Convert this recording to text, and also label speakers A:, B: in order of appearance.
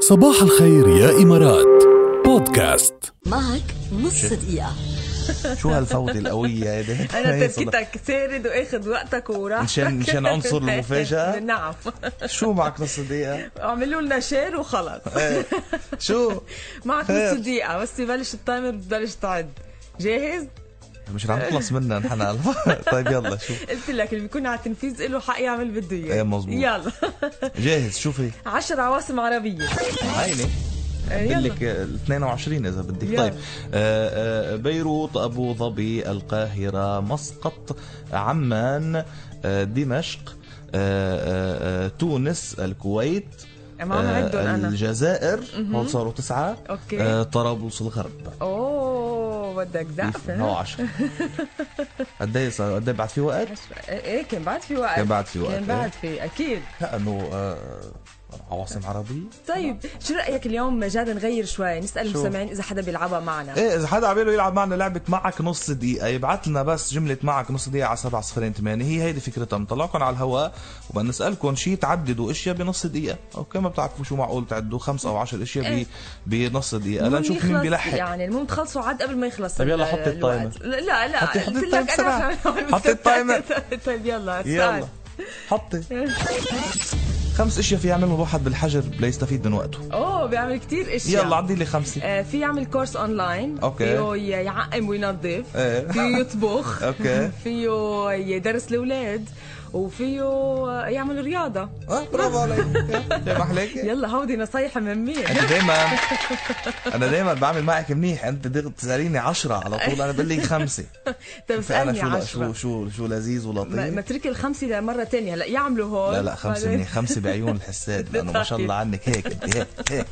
A: صباح الخير يا إمارات بودكاست
B: معك نص دقيقة
C: شو هالفوضى القوية هيدي
D: انا
C: هي إيه، صدق.
D: تركتك سارد واخد وقتك وراحتك
C: مشان- مشان عنصر المفاجأة؟
D: نعم
C: شو معك نص دقيقة؟
D: اعملوا لنا شير وخلص
C: إيه. شو؟
D: معك
C: خير.
D: نص دقيقة بس يبلش التايمر بتبلش تعد جاهز؟
C: مش رح نخلص منها نحن هالف- طيب يلا شو
D: قلت لك اللي بيكون على التنفيذ له حق يعمل بده اياه
C: إيه، مزبوط.
D: يلا
C: جاهز شو في؟
D: عشر عواصم عربية إيه،
C: عيني آه،
D: يلا.
C: بدلك 22 اذا بدك
D: يلا.
C: طيب آه، آه، بيروت ابو ظبي القاهره مسقط عمان آه، دمشق آه، آه، آه، تونس الكويت
D: ما عم
C: آه،
D: عدهم أنا.
C: الجزائر هون صاروا تسعة
D: أوكي.
C: آه، طرابلس الغرب
D: اوه بدك زقف
C: هو
D: ها؟
C: 10 قد ايه صار قد ايه بعد في وقت؟
D: ايه كان بعد في وقت
C: كان بعد في وقت، إيه.
D: كان بعد في اكيد
C: كانه آه، عواصم عربيه
D: طيب شو رايك اليوم مجالا نغير شوي نسال
C: شو؟
D: المستمعين اذا حدا بيلعبها معنا
C: ايه اذا حدا عباله يلعب معنا لعبه معك نص دقيقه يبعث لنا بس جمله معك نص دقيقه على 7028 هي هيدي فكرتها بنطلعكم على الهواء وبنسالكم شيء تعددوا اشياء بنص دقيقه اوكي ما بتعرفوا شو معقول تعدوا خمس او عشر اشياء
D: إيه.
C: ب- بنص دقيقه
D: المهم
C: لنشوف مين
D: يخلص
C: بيلحق
D: يعني المهم تخلصوا عاد قبل ما يخلص
C: طيب يلا
D: ال-
C: حطي التايمر.
D: الوقت. لا لا لا
C: حطي- حطي
D: قلت
C: التايمر
D: لك
C: بسرعة.
D: أنا عم-
C: حطي التايمر.
D: طيب يلا
C: يلا
D: يلا
C: حطي خمس اشياء في يعملهم الواحد بالحجر ليستفيد من وقته
D: اوه بيعمل كتير اشياء
C: يلا عدي لي خمسه
D: آه، في يعمل كورس اونلاين
C: أوكي.
D: فيه ي- يعقم وينظف
C: إيه.
D: فيه يطبخ
C: أوكي.
D: فيه يدرس الاولاد وفيه يعمل رياضه
C: اه برافو عليك يا محليك
D: يلا هودي نصايح مهمين
C: انت دايما انا دايما بعمل معك منيح انت دغ- تساليني عشرة على طول انا بقول لك خمسه
D: طب
C: فانا
D: اسالني
C: شو لا-
D: طيب، عشرة
C: شو شو شو لذيذ
D: ما ما
C: ولطيف
D: تركي الخمسه لمره تانية هلا يعملوا هون
C: لا لا خمسه
D: بعدين- طيب.
C: منيح خمسه بعيون الحساد لانه ما شاء الله عنك هيك انت هيك هيك